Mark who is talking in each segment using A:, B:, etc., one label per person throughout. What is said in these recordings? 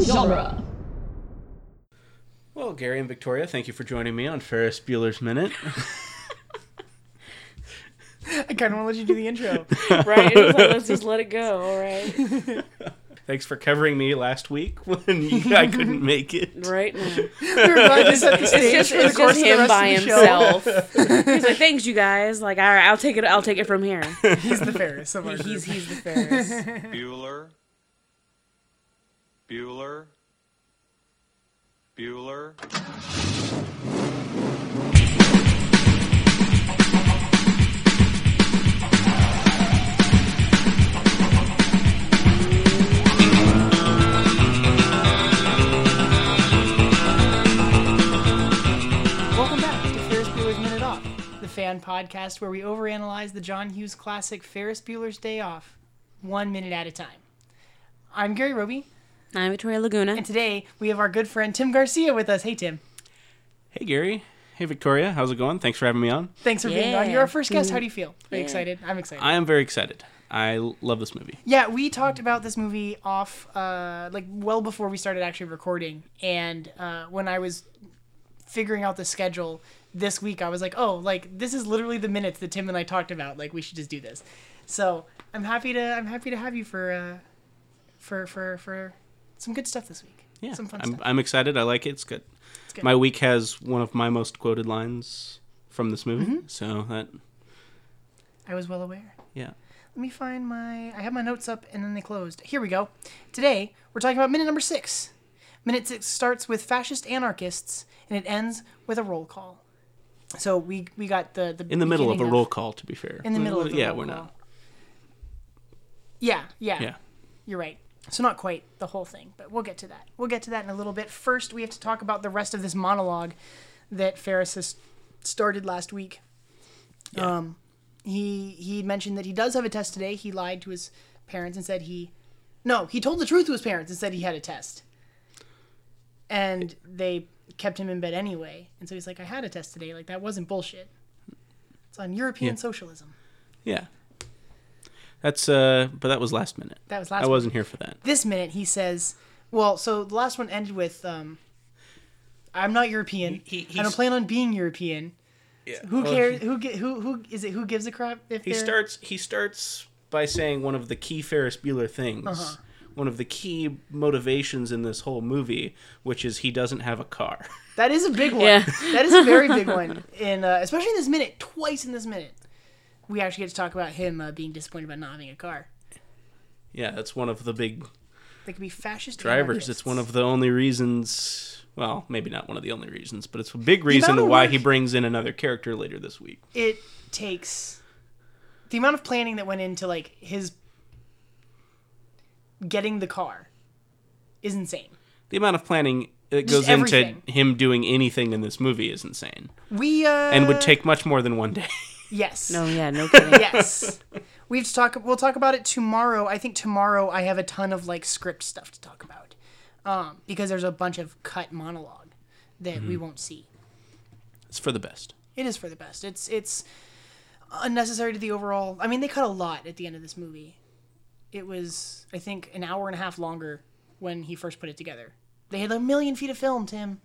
A: genre.
B: Well, Gary and Victoria, thank you for joining me on Ferris Bueller's Minute.
C: I kind of want to let you do the intro.
A: Right? It was like, let's just let it go, all right?
B: Thanks for covering me last week when you- I couldn't make it.
A: Right now.
C: we were glad to set the
A: It's
C: stage
A: just,
C: for the
A: it's
C: course
A: just
C: of the
A: him
C: rest
A: by
C: of the show.
A: himself. He's like, thanks, you guys. Like, all right, I'll take it. I'll take it from here.
C: He's the Ferris of our
A: He's
C: group.
A: he's the Ferris.
D: Bueller. Bueller. Bueller.
C: Welcome back to Ferris Bueller's Minute Off, the fan podcast where we overanalyze the John Hughes classic Ferris Bueller's Day Off, one minute at a time. I'm Gary Roby,
A: I'm Victoria Laguna.
C: and today we have our good friend Tim Garcia with us. Hey, Tim.
B: Hey, Gary. Hey, Victoria. How's it going? Thanks for having me on.
C: Thanks for being
A: Yeah.
C: on. You're our first guest. How do you feel? Are you excited? I'm excited.
B: I am very excited. I l- love this movie.
C: Yeah, we talked about this movie off, uh, like well before we started actually recording. And uh, when I was figuring out the schedule this week, I was like, oh, like this is literally the minutes that Tim and I talked about. Like we should just do this. So I'm happy to I'm happy to have you for uh, for for for some good stuff this week.
B: Yeah,
C: some fun
B: I'm,
C: stuff.
B: I'm excited. I like it. It's good.
C: good.
B: My week has one of my most quoted lines from this movie.
C: Mm-hmm.
B: So that,
C: I was well aware.
B: yeah.
C: Let me find my. I have my notes up and then they closed. Here we go. Today, we're talking about minute number six. Minute six starts with fascist anarchists and it ends with a roll call. So we we got the. the
B: In the middle of a
C: beginning
B: roll call, to be fair.
C: In the middle of the
B: Yeah,
C: roll
B: we're
C: call.
B: not.
C: Yeah, yeah.
B: Yeah.
C: You're right. So not quite the whole thing, but we'll get to that. We'll get to that in a little bit. First, we have to talk about the rest of this monologue that Ferris has started last week.
B: Yeah.
C: Um, he he mentioned that he does have a test today. He lied to his parents and said he, no, he told the truth to his parents and said he had a test. And they kept him in bed anyway, and so he's like, "I had a test today. Like that wasn't bullshit. It's on European
B: Yeah.
C: socialism."
B: Yeah. That's, uh, but that was last minute.
C: That was last
B: I
C: week.
B: wasn't here for that.
C: this minute he says well so the last one ended with um i'm not european
B: He- he-
C: i don't
B: he's-
C: plan on being european
B: Yeah.
C: who cares who ge- who who is it who gives a crap if
B: He
C: they're-
B: starts. He starts by saying one of the key Ferris Bueller things,
C: Uh-huh.
B: one of the key motivations in this whole movie, which is he doesn't have a car.
C: that is a big one
A: Yeah.
C: that is a very big one in uh, especially in this minute twice in this minute we actually get to talk about him uh, being disappointed about not having a car
B: yeah, that's one of the big
C: they could be fascist
B: drivers. It's one of the only reasons. Well, maybe not one of the only reasons, but it's a big reason
C: amount of
B: why
C: work-
B: he brings in another character later this week.
C: it takes the amount of planning that went into like his getting the car is insane
B: The amount of planning that
C: Just
B: goes into
C: everything.
B: him doing anything in this movie is insane,
C: we uh
B: and would take much more than one day.
C: yes
A: No, yeah, no kidding.
C: yes. We have to talk. We'll talk about it tomorrow. I think tomorrow I have a ton of like script stuff to talk about, um, because there's a bunch of cut monologue that we won't see.
B: it's for the best.
C: It is for the best. It's it's unnecessary to the overall. I mean, they cut a lot at the end of this movie. It was I think an hour and a half longer when he first put it together. They had a million feet of film, Tim.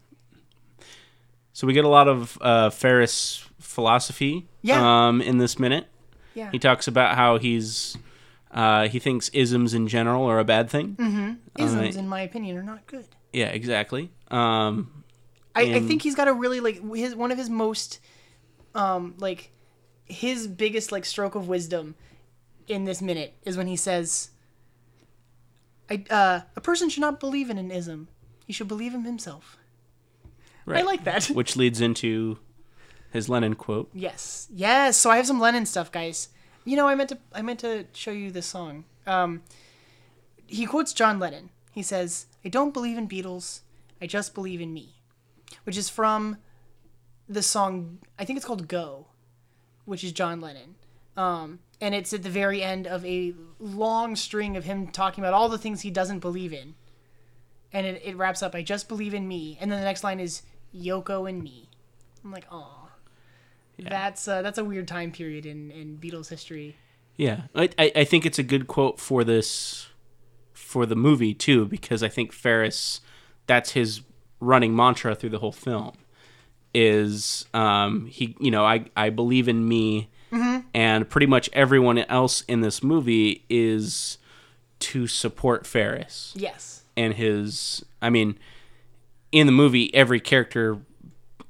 B: So we get a lot of uh, Ferris philosophy
C: Yeah.
B: um, in this minute.
C: Yeah.
B: He talks about how he's uh, he thinks isms in general are a bad thing.
C: Mm-hmm. Isms, in my opinion, are not good.
B: Yeah, exactly. Um,
C: I, I
B: And-
C: think he's got a really like his one of his most um like his biggest like stroke of wisdom in this minute is when he says I uh a person should not believe in an ism. He should believe in himself.
B: right.
C: I like that.
B: Which leads into his Lenin quote.
C: Yes. Yes. So I have some Lennon stuff, guys. You know, I meant to I meant to show you this song. Um he quotes John Lennon. He says, "I don't believe in Beatles. I just believe in me." Which is from the song I think it's called Go, which is John Lennon. Um and it's at the very end of a long string of him talking about all the things he doesn't believe in. And it, it wraps up, I just believe in me. And then the next line is Yoko and me. I'm like, aw. That's uh, that's a weird time period in in Beatles history.
B: Yeah, I, I I think it's a good quote for this for the movie too, because I think Ferris, that's his running mantra through the whole film, is um, he, you know, I, I believe in me, and pretty much everyone else in this movie is to support Ferris
C: Yes.
B: and his i mean in the movie every character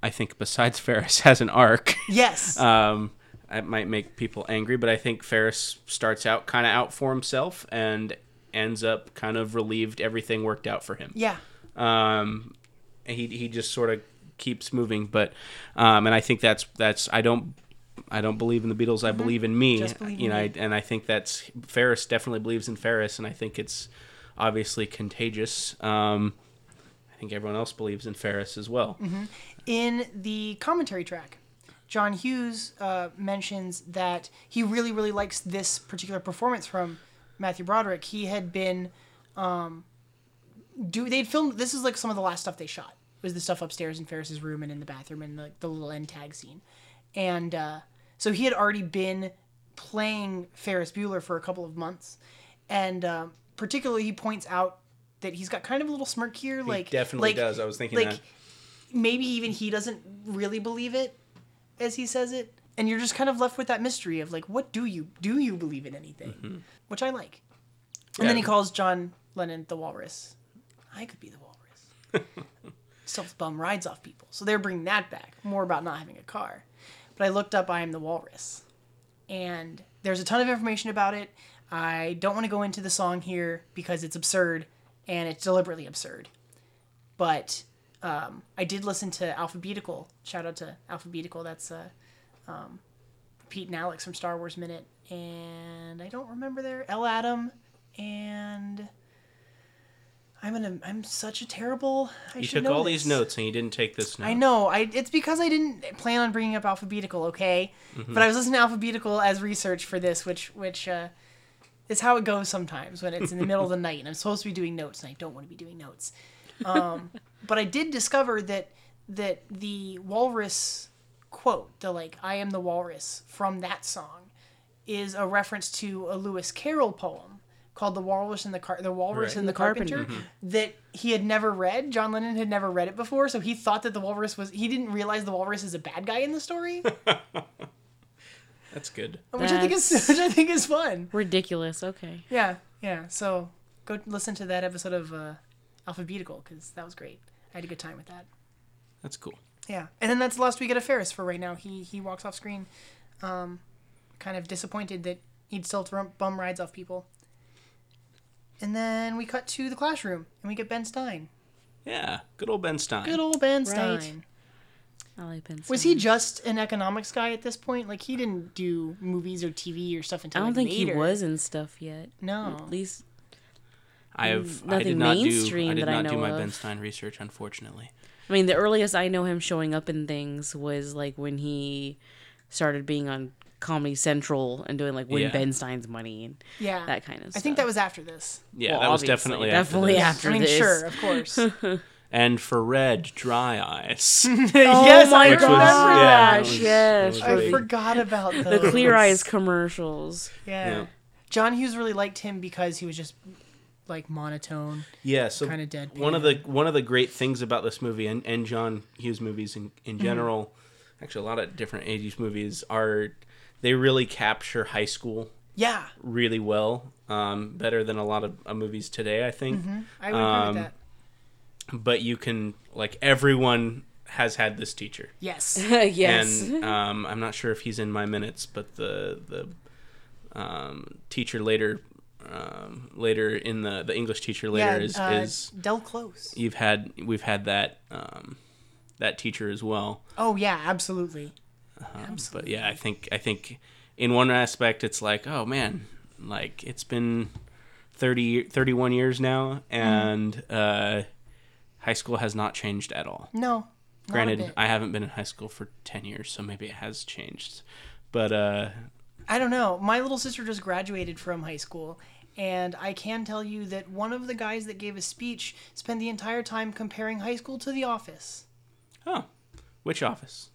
B: i think besides ferris has an arc
C: Yes.
B: um that might make people angry but i think ferris starts out kind of out for himself and ends up kind of relieved everything worked out for him
C: yeah.
B: um he he just sort of keeps moving but um and i think that's that's i don't I don't believe in the Beatles. I believe in me.
C: Mm-hmm. Just believe in
B: you know,
C: me.
B: I, and I think that's Ferris definitely believes in Ferris, and I think it's obviously contagious. Um, I think everyone else believes in Ferris as well.
C: Mm-hmm. In the commentary track, John Hughes uh, mentions that he really, really likes this particular performance from Matthew Broderick. He had been, um, do they'd filmed this is like some of the last stuff they shot was the stuff upstairs in Ferris's room and in the bathroom and the, the little end tag scene, and uh, so he had already been playing Ferris Bueller for a couple of months, and uh, particularly he points out that he's got kind of a little smirk here, like
B: definitely
C: like-
B: does. I was thinking
C: like
B: that.
C: maybe even he doesn't really believe it as he says it and you're just kind of left with that mystery of like what do you do you believe in anything which i like and then
B: Yeah.
C: he calls john lennon the walrus i could be the walrus self bum rides off people so they're bringing that back more about not having a car but i looked up i am the walrus and there's a ton of information about it i don't want to go into the song here because it's absurd and it's deliberately absurd but um, I did listen to Alphabetical. Shout out to Alphabetical. That's uh, um, Pete and Alex from Star Wars Minute, and I don't remember their L Adam and I'm gonna I'm such a terrible. I
B: You
C: should
B: took
C: know
B: all
C: this.
B: these notes and you didn't take this note.
C: I know. I it's because I didn't plan on bringing up alphabetical, okay? But I was listening to alphabetical as research for this, which which uh, is how it goes sometimes when it's in the middle of the night and I'm supposed to be doing notes and I don't want to be doing notes. Um, but I did discover that that the walrus quote, the like "I am the walrus" from that song, is a reference to a Lewis Carroll poem called "The Walrus and the Car- the Walrus
B: Right.
C: and the,
A: The
C: Carpenter."
A: Carpenter.
C: that he had never read. John Lennon had never read it before, so he thought that the walrus was. He didn't realize the walrus is a bad guy in the story, which
B: That's good.
C: I think is
A: That's-
C: which I think is fun.
A: Ridiculous. Okay.
C: Yeah, yeah. So go listen to that episode of uh, Alphabetical because that was great. I had a good time with that.
B: That's cool.
C: Yeah, and then that's the last we get of Ferris for right now. He he walks off screen, um, kind of disappointed that he'd still throw bum rides off people. And then we cut to the classroom, and we get Ben Stein.
B: Yeah, good old Ben Stein.
C: Good old Ben Stein.
A: Right. I like Ben.
C: Was he just an economics guy at this point? Like he didn't do movies or TV or stuff
A: I
C: until
A: don't
C: like,
A: think
C: later.
A: he was in stuff yet.
C: No.
A: At least
B: I have. I
A: Mm, Nothing
B: did not do. I
A: mainstream
B: did
A: that I
B: not do
A: know
B: my
A: of.
B: Ben Stein research, unfortunately.
A: I mean, the earliest I know him showing up in things was like when he started being on Comedy Central and doing like Win
B: Yeah.
A: Ben Stein's Money and
C: Yeah.
A: that kind of stuff.
C: I think that was after this.
B: Yeah,
A: Well,
B: that was
A: obviously,
B: definitely
A: definitely after
B: after this.
C: I mean,
A: this.
C: sure, of course.
B: And for Red, Dry Eyes.
C: yes,
A: Oh my
C: I
B: Which was-
C: remember
B: yeah,
C: that.
B: it was-
A: yes,
B: it was
A: I
C: I
B: big.
C: forgot about
A: the
C: those.
A: Clear Eyes commercials.
C: Yeah.
B: Yeah.
C: John Hughes really liked him because he was just like monotone.
B: Yeah, so
C: Kinda deadpan.
B: One of the one of the great things about this movie and, and John Hughes movies in, in
A: Mm-hmm.
B: general, actually a lot of different eighties movies are they really capture high school
C: Yeah,
B: really well, um, better than a lot of uh, movies today, I think.
A: Mm-hmm.
C: I would agree
B: Um,
C: with that.
B: But you can like everyone has had this teacher.
C: Yes.
A: yes.
B: And um, I'm not sure if he's in my minutes, but the the um, teacher later um, later in the the English teacher later
C: yeah,
B: is,
C: uh,
B: is
C: Del Close.
B: you've had we've had that um, that teacher as well.
C: Oh yeah, absolutely.
B: Uh-huh. But yeah, I think I think in one aspect it's like, oh man, like it's been 30 31 years now
C: Mm-hmm.
B: and uh, high school has not changed at all.
C: No. not a
B: Granted,
C: bit.
B: I haven't been in high school for 10 years, so maybe it has changed. But uh,
C: I don't know. My little sister just graduated from high school, and I can tell you that one of the guys that gave a speech spent the entire time comparing high school to the office.
B: oh, which office?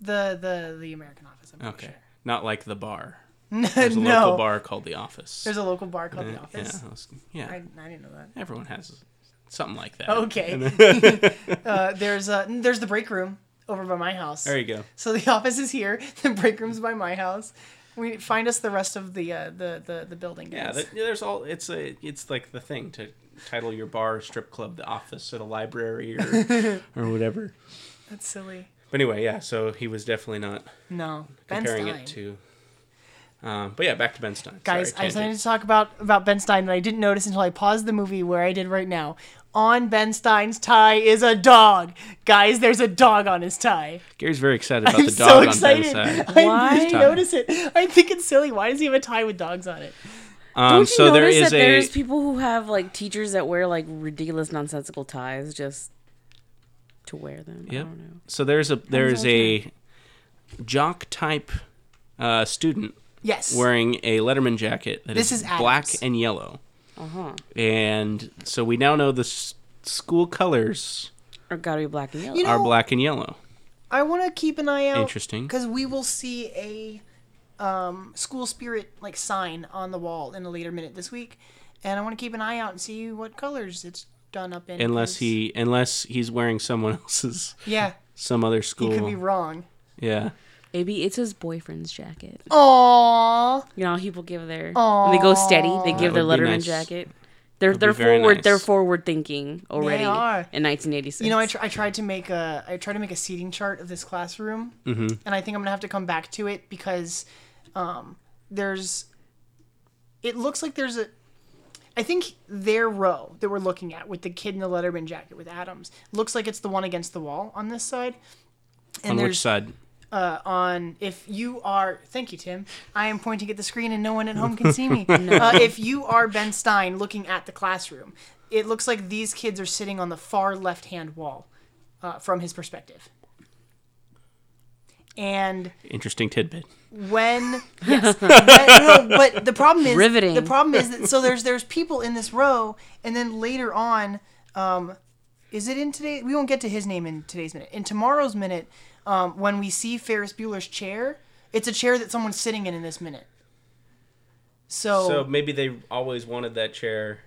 C: The the the American office, I'm pretty
B: Okay.
C: sure.
B: Not like the bar. There's a
C: no.
B: local bar called The Office.
C: There's a local bar called
B: Yeah,
C: The Office.
B: Yeah, I was- yeah.
C: I, I didn't know that.
B: everyone has something like that.
C: Okay. uh, there's uh, there's the break room over by my house.
B: There you go.
C: So the office is here. The break room's by my house. We find us the rest of the uh, the, the the building.
B: Yeah,
C: guys.
B: that, yeah, there's all. It's a. It's like the thing to title your bar, strip club, the office, at a library, or or whatever.
C: that's silly.
B: But anyway, yeah. So he was definitely not
C: No, Ben
B: comparing
C: Stein.
B: it to. Um, but yeah, back to Ben Stein.
C: guys.
B: Sorry,
C: I just
B: tangent.
C: wanted to talk about about Ben Stein that I didn't notice until I paused the movie where I did right now. On Ben Stein's tie is a dog, guys. There's a dog on his tie.
B: Gary's very excited about
C: I'm
B: the dog
C: so
B: on
C: excited.
B: Ben's side.
C: I
A: Why?
C: didn't notice it. I think it's silly. Why does he have a tie with dogs on it?
B: Um,
A: Don't you
B: so there
A: notice
B: is
A: that there's
B: a.
A: people who have like teachers that wear like ridiculous nonsensical ties just to wear them? I
B: Yep.
A: don't know.
B: So there's a there's
A: that
B: a jock type uh, student
C: Yes.
B: wearing a Letterman jacket that is
C: This is Adams.
B: black and yellow.
A: Uh-huh.
B: And so we now know the s- school colors
A: Or gotta be black and yellow.
C: You know-
B: are black and yellow.
C: I want to keep an eye out.
B: Interesting.
C: Because we will see a um, school spirit like sign on the wall in a later minute this week, and I want to keep an eye out and see what colors it's done up in.
B: Unless
C: 'cause-
B: he unless he's wearing someone else's
C: yeah,
B: some other
C: he
B: school.
C: could be wrong.
B: Yeah.
A: Maybe it's his boyfriend's jacket.
C: Oh. Aww,
A: You know, how people give their
C: Oh.
A: when they go steady, they give their
B: would be
A: Letterman
B: nice.
A: jacket. They're
B: be
A: they're
B: very
A: forward they're
B: nice.
A: forward thinking already
C: are.
A: in 1986.
C: you know, I, tr- I tried to make a I tried to make a seating chart of this classroom, mm-hmm. and I think I'm gonna have to come back to it because um, there's it looks like there's a I think their row that we're looking at with the kid in the Letterman jacket with Adams looks like it's the one against the wall on this side. And
B: On which
C: there's
B: side?
C: uh, on if you are thank you Tim I am pointing at the screen and no one at home can see me. uh, if you are Ben Stein looking at the classroom, it looks like these kids are sitting on the far left hand wall uh, from his perspective. And
B: Interesting tidbit.
C: when yes when- no, but the problem is
A: Riveting.
C: the problem is that so there's there's people in this row and then later on um is it in today we won't get to his name in today's minute in tomorrow's minute um when we see ferris bueller's chair it's a chair that someone's sitting in in this minute so,
B: So maybe they always wanted that chair.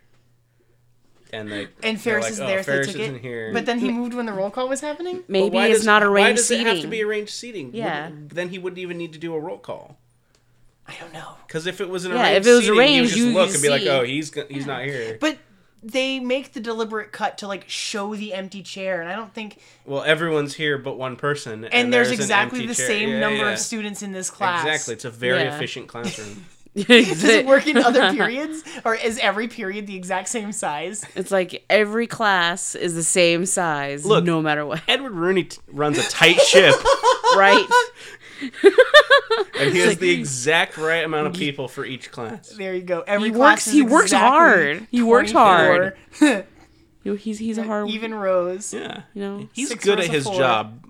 B: And they
C: and ferris is there so
B: "Oh, Ferris
C: they took
B: isn't
C: it
B: here.
C: but then he moved when the roll call was happening
A: Maybe it's not
B: Why
A: arranged
B: does
A: seating.
B: it have to be arranged seating?
A: Yeah.
B: Wouldn't- Then he wouldn't even need to do a roll call.
C: i don't know
B: Because if it was an
A: Yeah, if
B: arranged
A: it was
B: seating,
A: arranged,
B: you
A: you-
B: would
A: you
B: just look and be
A: see.
B: like, oh, he's go- he's not here.
C: but they make the deliberate cut to like show the empty chair and i don't think
B: well, everyone's here but one person, and,
C: and there's,
B: an
C: exactly
B: empty
C: the
B: chair.
C: same
B: Yeah,
C: number
B: yeah.
C: of students in this class.
B: Exactly, it's a very
A: Yeah.
B: efficient classroom.
C: Does it work in other periods, or is every period the exact same size?
A: It's like every class is the same size,
B: Look.
A: no matter what,
B: Edward Rooney t- runs a tight ship,
A: right?
B: and he has the exact right amount of people for each class.
C: There you go. Every
A: He
C: class
A: works-
C: is
A: he works
C: exactly
A: hard. He works
C: 24.
A: You know, he's he's a hard
C: Even rows.
B: Yeah,
A: you know
B: he's
C: Six
B: good at
C: rows of
B: his
C: four.
B: job.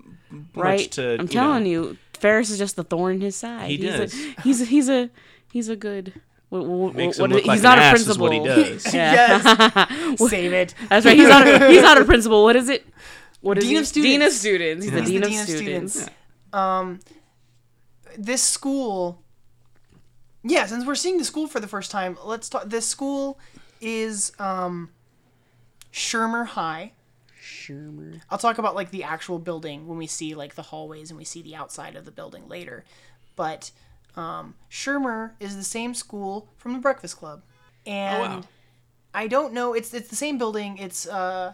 A: right.
B: to, you
A: I'm
B: know-
A: telling you, Ferris is just the thorn in his side.
B: He
A: he's
B: does.
A: A, he's a, he's a he's a good. What, what,
B: Makes
A: what-
B: him look
A: he's
B: like
A: not
B: an
A: a
B: ass is
A: principal.
B: what he does.
A: Yeah.
C: Yes. Save it.
A: That's right. He's not a, he's not a principal. What is it? What is
C: Dean
A: he?
C: of
A: Dean of
C: students.
A: students. He's the
C: He's
A: dean of students.
C: Um, This school. Yeah, since we're seeing the school for the first time, let's talk. This school is um, Shermer High.
A: Shermer.
C: I'll talk about like the actual building when we see like the hallways and we see the outside of the building later. But um, Shermer is the same school from the Breakfast Club, and
B: Oh, wow.
C: I don't know. It's it's the same building. It's uh,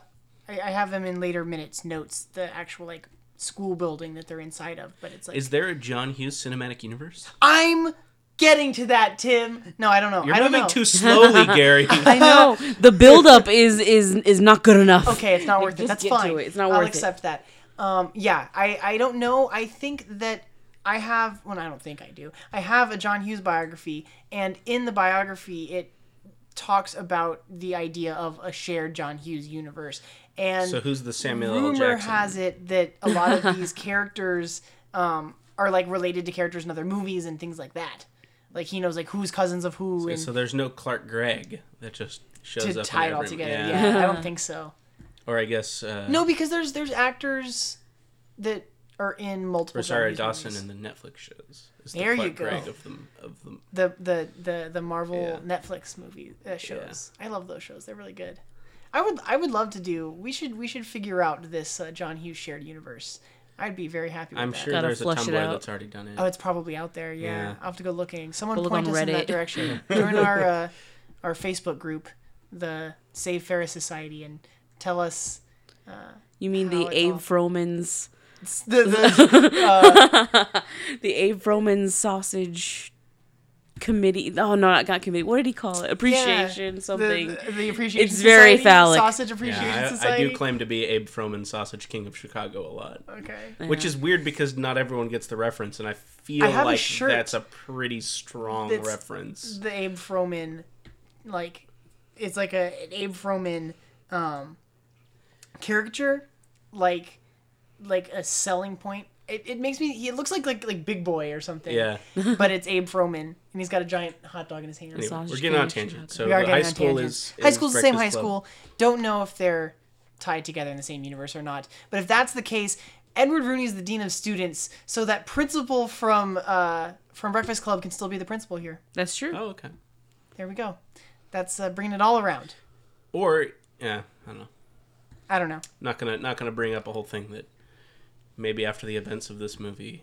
C: I, I have them in later minutes notes. The actual like school building that they're inside of, but it's like
B: Is there a John Hughes cinematic universe?
C: I'm getting to that, Tim. No, I don't know.
B: You're
C: I don't
B: moving
C: know.
B: too slowly, Gary.
A: I know the buildup is is is not good enough.
C: okay, it's not worth it.
A: just
C: That's
A: get to
C: fine.
A: it. It's not
C: I'll
A: worth it.
C: accept that. Um, yeah, I, I don't know. I think that I have. Well, I don't think I do. I have a John Hughes biography, and in the biography, it talks about the idea of a shared John Hughes universe. And
B: so who's the Samuel L.
C: rumor
B: Jackson?
C: has it that a lot of these characters um, are like related to characters in other movies and things like that. Like he knows like who's cousins of who and
B: so there's no Clark Gregg that just shows up
C: to
B: in
C: tie it all
B: every-
C: together. yeah, I don't think so.
B: Or I guess uh,
C: No, because there's there's actors that or in multiple.
B: Rosario
C: John Hughes
B: Dawson
C: movies.
B: in the Netflix shows. is
C: There you
B: Clark
C: go.
B: Gregg of them of them.
C: the the the the Marvel
B: Yeah.
C: Netflix movie uh, shows. I love those shows. They're really good. I would I would love to do. We should we should figure out this uh, John Hughes shared universe. I'd be very happy with
B: I'm
C: that.
B: sure
A: Gotta
B: there's a
A: flush it
B: Tumblr
A: out.
B: that's already done it.
C: Oh, it's probably out there. Yeah,
B: Yeah.
C: I'll have to go looking. Someone
A: Go look
C: point
A: on
C: us in that
A: Reddit.
C: direction. Join our uh, our Facebook group, the Save Ferris Society, and tell us
A: You mean
C: How
A: the
C: it's
A: Abe
C: all-
A: Froman's
C: the, the
A: the Abe Froman sausage committee? Oh no, not not committee. What did he call it? Appreciation
C: yeah,
A: something.
C: the, the, the appreciation.
A: It's very
C: Society,
A: phallic.
C: Sausage appreciation
B: yeah, I, I
C: society.
B: do claim to be Abe Froman, Sausage King of Chicago, a lot,
C: okay.
B: which is weird because not everyone gets the reference, and I feel
C: I have a
B: like
C: shirt
B: that's a pretty strong
C: that's-
B: reference.
C: the Abe Froman, like, it's like a an Abe Froman um, caricature, like, like a selling point. It, it makes me. He looks like like like Big Boy or something.
B: Yeah.
C: But it's Abe Froman, and he's got a giant hot dog in his hand.
B: Anyway, we're
A: Sausage
B: getting on a
A: King of
B: tangent.
A: Chicago.
B: So
C: we are
B: the
C: getting
B: high
C: on
B: school
C: tangent.
B: is,
C: high school's the same high
B: Breakfast Club.
C: school. Don't know if they're tied together in the same universe or not. But if that's the case, Edward Rooney is the dean of students, so that principal from uh, from Breakfast Club can still be the principal here.
A: That's true.
B: Oh, okay.
C: There we go. That's uh, bringing it all around.
B: Or yeah, I don't know.
C: I don't know.
B: Not gonna not gonna bring up a whole thing that maybe after the events of this movie,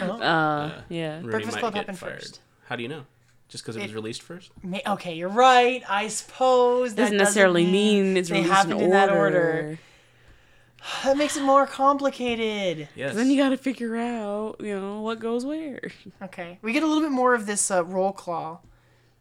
A: Yeah.
B: Rooney
C: Breakfast
B: might
C: Club
B: get
C: happened
B: fired.
C: first.
B: How do you know? Just because it, was released first?
C: Ma- Okay, you're right. I suppose that
A: Doesn't necessarily mean, it's
C: they
A: released in
C: happened
A: order.
C: in that order. That makes it more complicated.
B: Yes.
A: Then you got to figure out, you know, what goes where.
C: Okay, we get a little bit more of this uh, roll claw.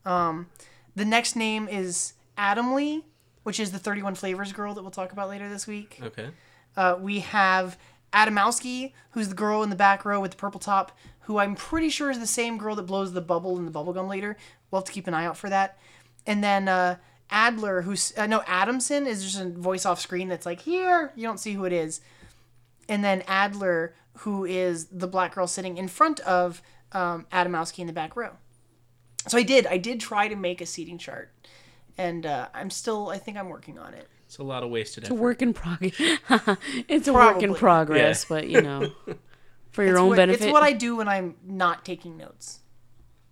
C: Um, the next name is Adam Lee, which is the 31 Flavors girl that we'll talk about later this week.
B: okay.
C: Uh, we have Adamowski, who's the girl in the back row with the purple top, who I'm pretty sure is the same girl that blows the bubble in the bubblegum later. We'll have to keep an eye out for that. And then uh, Adler, who's uh, no Adamson, is just a voice off screen that's like here. You don't see who it is. And then Adler, who is the black girl sitting in front of um, Adamowski in the back row. So I did, I did try to make a seating chart, and uh, I'm still, I think I'm working on it.
B: It's a lot of wasted
A: A
B: effort.
A: work in progress. it's a work in
C: Probably.
A: progress,
B: Yeah.
A: but you know, for your
C: It's
A: own
C: what-
A: benefit.
C: It's what I do when I'm not taking notes.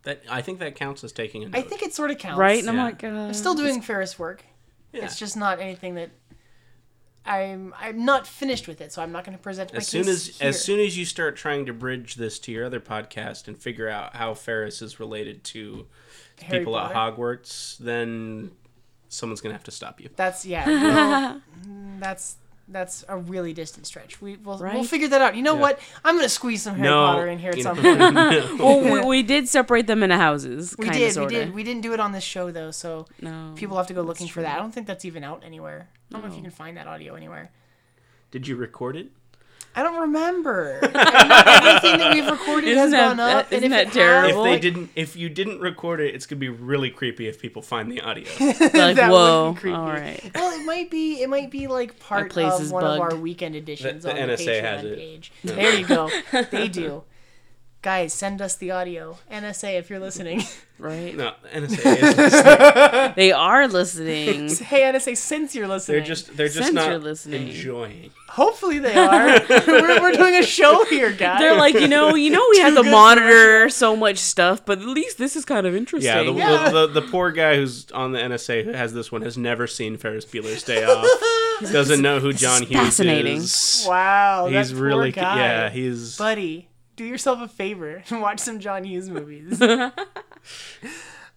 B: That I think that counts as taking a note.
C: I think it sort of counts.
A: right? And I'm
B: Yeah.
A: like, uh,
C: I'm still doing Ferris work.
B: Yeah.
C: It's just not anything that I'm. I'm not finished with it, so I'm not going to present my
B: as soon
C: case
B: as
C: here.
B: as soon as you start trying to bridge this to your other podcast and figure out how Ferris is related to
C: Harry
B: people
C: Potter.
B: at Hogwarts, then someone's gonna have to stop you.
C: That's yeah. well, mm, that's that's a really distant stretch. We we'll, we'll
A: Right?
C: figure that out. You know
B: Yeah.
C: what? I'm going to squeeze some Harry
B: no,
C: Potter in here at
B: you
C: some
B: know,
C: point.
A: well, we, we did separate them into houses.
C: We
A: kinda,
C: did.
A: sorta.
C: We did. We didn't do it on this show though, so
A: No.
C: people have to go looking for that. I don't think that's even out anywhere. I don't know if you can find that audio anywhere.
B: Did you record it?
C: I don't remember. I mean, everything that we've recorded
A: Isn't
C: has
A: that-
C: gone up.
A: that- isn't
C: and if
A: that
C: it has-
B: If
A: terrible?
B: they
A: Well,
B: didn't, if you didn't record it, it's gonna be really creepy if people find the audio.
A: Like,
C: that would be
A: whoa.
C: creepy.
A: All right.
C: well, it might be. It might be like part
A: place
C: of
A: is
C: one of
A: bugged.
C: our weekend editions
B: The- the
C: on the
B: NSA
C: Patreon
B: has it.
C: page. There you go. They do. Guys, send us the audio. NSA, if you're listening.
A: Right.
B: No, NSA is,
A: They are listening.
C: hey, NSA, since you're listening.
B: they're just they're just
A: Since you're
B: not
A: listening.
B: enjoying.
C: Hopefully they are. we're, we're doing a show here, guys.
A: They're like, you know, you know, we had to
C: good
A: monitor so much stuff, but at least this is kind of interesting.
B: Yeah, the,
C: Yeah.
B: The, the the poor guy who's on the NSA who has this one has never seen Ferris Bueller's Day Off. Doesn't know who John
A: is
B: Hughes
A: fascinating.
B: is.
C: wow, that
B: He's
C: poor
B: really
C: guy.
B: yeah. He's
C: buddy, do yourself a favor and watch some John Hughes movies.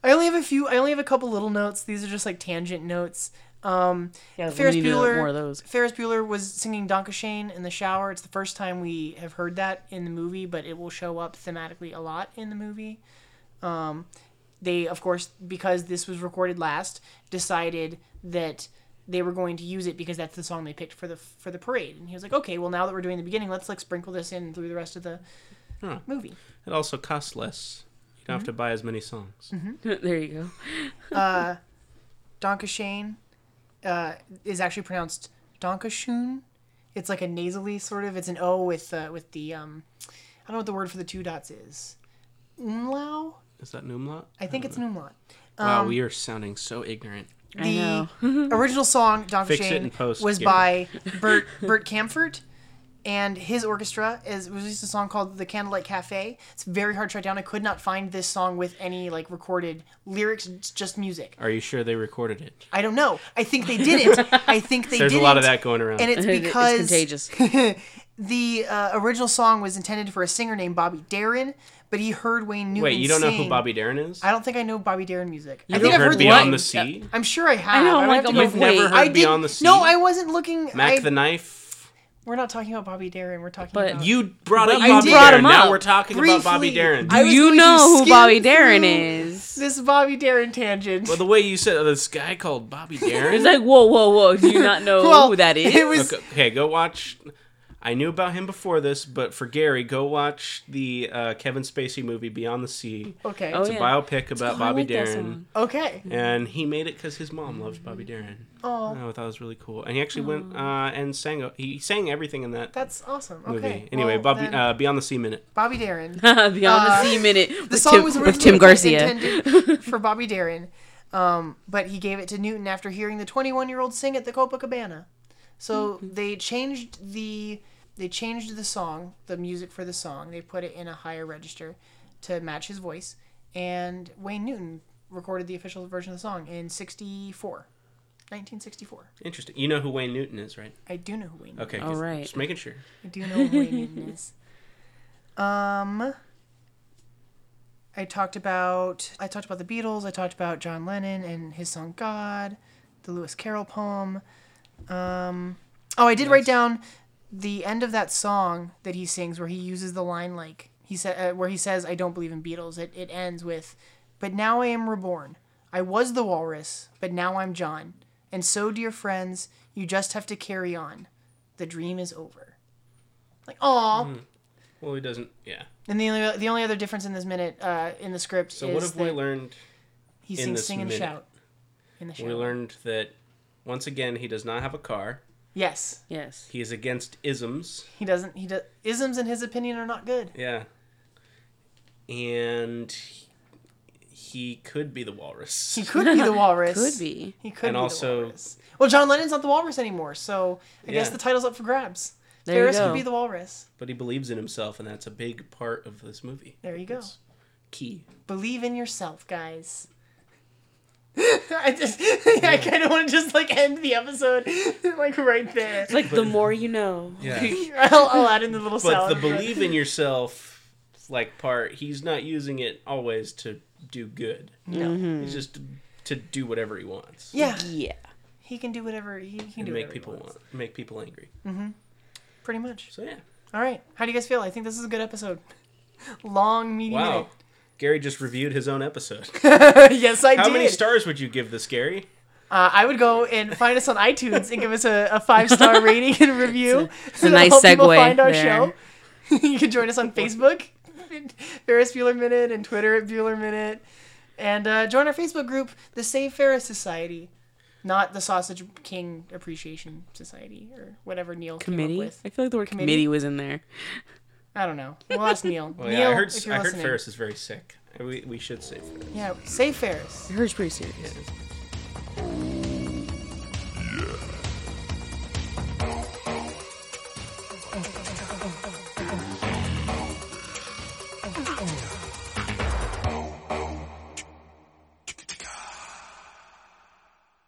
C: I only have a few. I only have a couple little notes. These are just like tangent notes. Um,
A: Yeah, we
C: Ferris
A: need to-
C: Bueller.
A: more of those.
C: Ferris Bueller was singing Donka Shane in the shower. It's the first time we have heard that in the movie, but it will show up thematically a lot in the movie. Um, they, of course, because this was recorded last, decided that they were going to use it because that's the song they picked for the for the parade. And he was like, "Okay, well now that we're doing the beginning, let's like sprinkle this in through the rest of the
B: Huh.
C: movie."
B: it also costs less. You don't have to
C: Mm-hmm.
B: buy as many songs.
A: there you go.
C: Donka Shane uh, is actually pronounced Donka Shun. It's like a nasally sort of. It's an O with uh, with the um, I don't know what the word for the two dots is. Umlau.
B: Is that Numlot?
C: I think it's an umlaut. Um,
B: wow, we are sounding so ignorant.
A: I know.
C: The original song Donka
B: Fix it
C: Shane
B: in post,
C: was
B: Gabe.
C: by Bert Bert Camford, and his orchestra is released a song called "The Candlelight Cafe." It's very hard to track down. I could not find this song with any like recorded lyrics, it's just music.
B: Are you sure they recorded it?
C: I don't know. I think they didn't. I think they
B: There's
C: didn't.
B: a lot of that going around.
C: and it's because
A: it's contagious.
C: the uh, original song was intended for a singer named Bobby Darin, but he heard Wayne Newton.
B: Wait, you don't know who
C: sing.
B: Bobby Darin is?
C: I don't think I know Bobby Darin music. I
B: Have
C: think
B: you
C: I've
B: heard,
C: heard the
B: Beyond
C: name.
B: the Sea?
A: Yeah.
C: I'm sure I have.
A: I know,
C: would
A: I'm like,
C: have to
A: I'm
C: go
A: like,
C: for-
A: wait.
B: Never heard
C: I didn't-
B: Beyond the Sea?
C: No, I wasn't looking.
B: Mac
C: I-
B: the Knife?
C: we're not talking about Bobby Darin. We're talking
A: But
C: about.
B: You brought up
A: you
B: Bobby
A: brought
B: Darin.
A: him
B: Now
A: up
B: we're talking about Bobby
C: Briefly.
B: Darin.
C: I
A: Do
C: was
A: you
C: going to
A: know who
C: skim
A: Bobby Darin
C: through
A: is?
C: This Bobby Darin tangent.
B: Well, the way you said uh, this guy called Bobby Darin.
A: It's like, whoa, whoa, whoa. Do you not know
C: Well,
A: who Oh, that is?
C: It was
B: okay, okay, go watch. I knew about him before this, but for Gary, go watch the uh, Kevin Spacey movie Beyond the Sea.
C: okay.
A: Oh,
B: It's a
A: yeah.
B: biopic about
A: I
B: Bobby
A: like that
B: Darin,
A: song. Mm-hmm.
C: Okay.
B: and he made it because his mom loves Bobby Darin.
C: Oh,
B: Oh, I thought it was really cool, and he actually went uh, and sang. a- He sang everything in that
C: that's awesome. Okay.
B: movie. anyway,
C: well,
B: Bobby
C: then,
B: uh, Beyond the Sea minute.
C: Bobby Darin.
A: Beyond
C: Uh,
A: the Sea Minute
C: The
A: with,
C: song
A: Tim,
C: was
A: with
C: originally
A: Tim Garcia.
C: intended for Bobby Darin, um, but he gave it to Newton after hearing the 21-year-old sing at the Copacabana. So
A: Mm-hmm.
C: they changed the they changed the song, the music for the song. They put it in a higher register to match his voice, and Wayne Newton recorded the official version of the song in 64, 1964.
B: Interesting. You know who Wayne Newton is, right?
C: I do know who Wayne.
B: Okay.
A: All
B: good.
A: Oh, right.
B: Just making sure.
C: I do know who Wayne Newton is. Um, I talked about I talked about the Beatles. I talked about John Lennon and his song "God," the Lewis Carroll poem. Um, oh, I did write down the end of that song that he sings, where he uses the line like he said, uh, where he says, "I don't believe in Beatles." It it ends with, "But now I am reborn. I was the walrus, but now I'm John. And so, dear friends, you just have to carry on. The dream is over." Like, oh.
B: Mm-hmm. Well, he doesn't. Yeah.
C: And the only the only other difference in this minute uh, in the script
B: So
C: is
B: what have
C: that
B: we learned?
C: he
B: in
C: sings
B: this
C: sing and
B: minute?
C: shout in the shout.
B: We learned that once again he does not have a car.
C: yes,
A: Yes.
B: He is against isms.
C: he doesn't. He does isms in his opinion are not good.
B: Yeah. And he- he could be the walrus.
C: He could be the walrus.
A: Could be.
C: He could
B: And
C: be
B: also-
C: the walrus. Well, John Lennon's not the walrus anymore, so I guess
B: Yeah.
C: the title's up for grabs.
A: There you
C: Ferris
A: go.
C: could be the walrus.
B: But he believes in himself, and that's a big part of this movie.
C: There you go.
B: That's key.
C: Believe in yourself, guys. I just, I kind of want to just like end the episode like right there.
A: It's like the more you know.
B: Yeah.
C: I'll, I'll add in the little
B: but
C: sound.
B: the believe in yourself like part, he's not using it always to do good.
C: No. Mm-hmm.
B: He's just to do whatever he wants.
C: Yeah,
A: Yeah.
C: he can do whatever he, he can
B: And
C: do.
B: make
C: whatever he
B: people
C: wants.
B: want, make people angry.
C: Pretty much.
B: So yeah.
C: All right. How do you guys feel? I think this is a good episode. Long, meaty
B: Wow. Gary just reviewed his own episode.
C: minute. yes, I
B: How
C: did.
B: many stars would you give this, Gary?
C: uh, I would go and find us on iTunes and give us a, a five star rating and review. It's
A: a nice segue there.
C: show. you can join us on Facebook, Ferris Bueller Minute, and Twitter at Bueller Minute. And uh, join our Facebook group, the Save Ferris Society, not the Sausage King Appreciation Society or whatever Neil came
A: Committee?
C: up
A: I
C: with.
A: feel like the word committee, was in there.
C: I don't know. We'll ask Neil.
B: Well,
C: Neil,
B: Oh, yeah, I heard
C: if you're
B: I heard
C: listening.
B: Ferris is very sick. We, we should say Ferris.
C: Yeah, save Ferris.
A: It hurts pretty serious.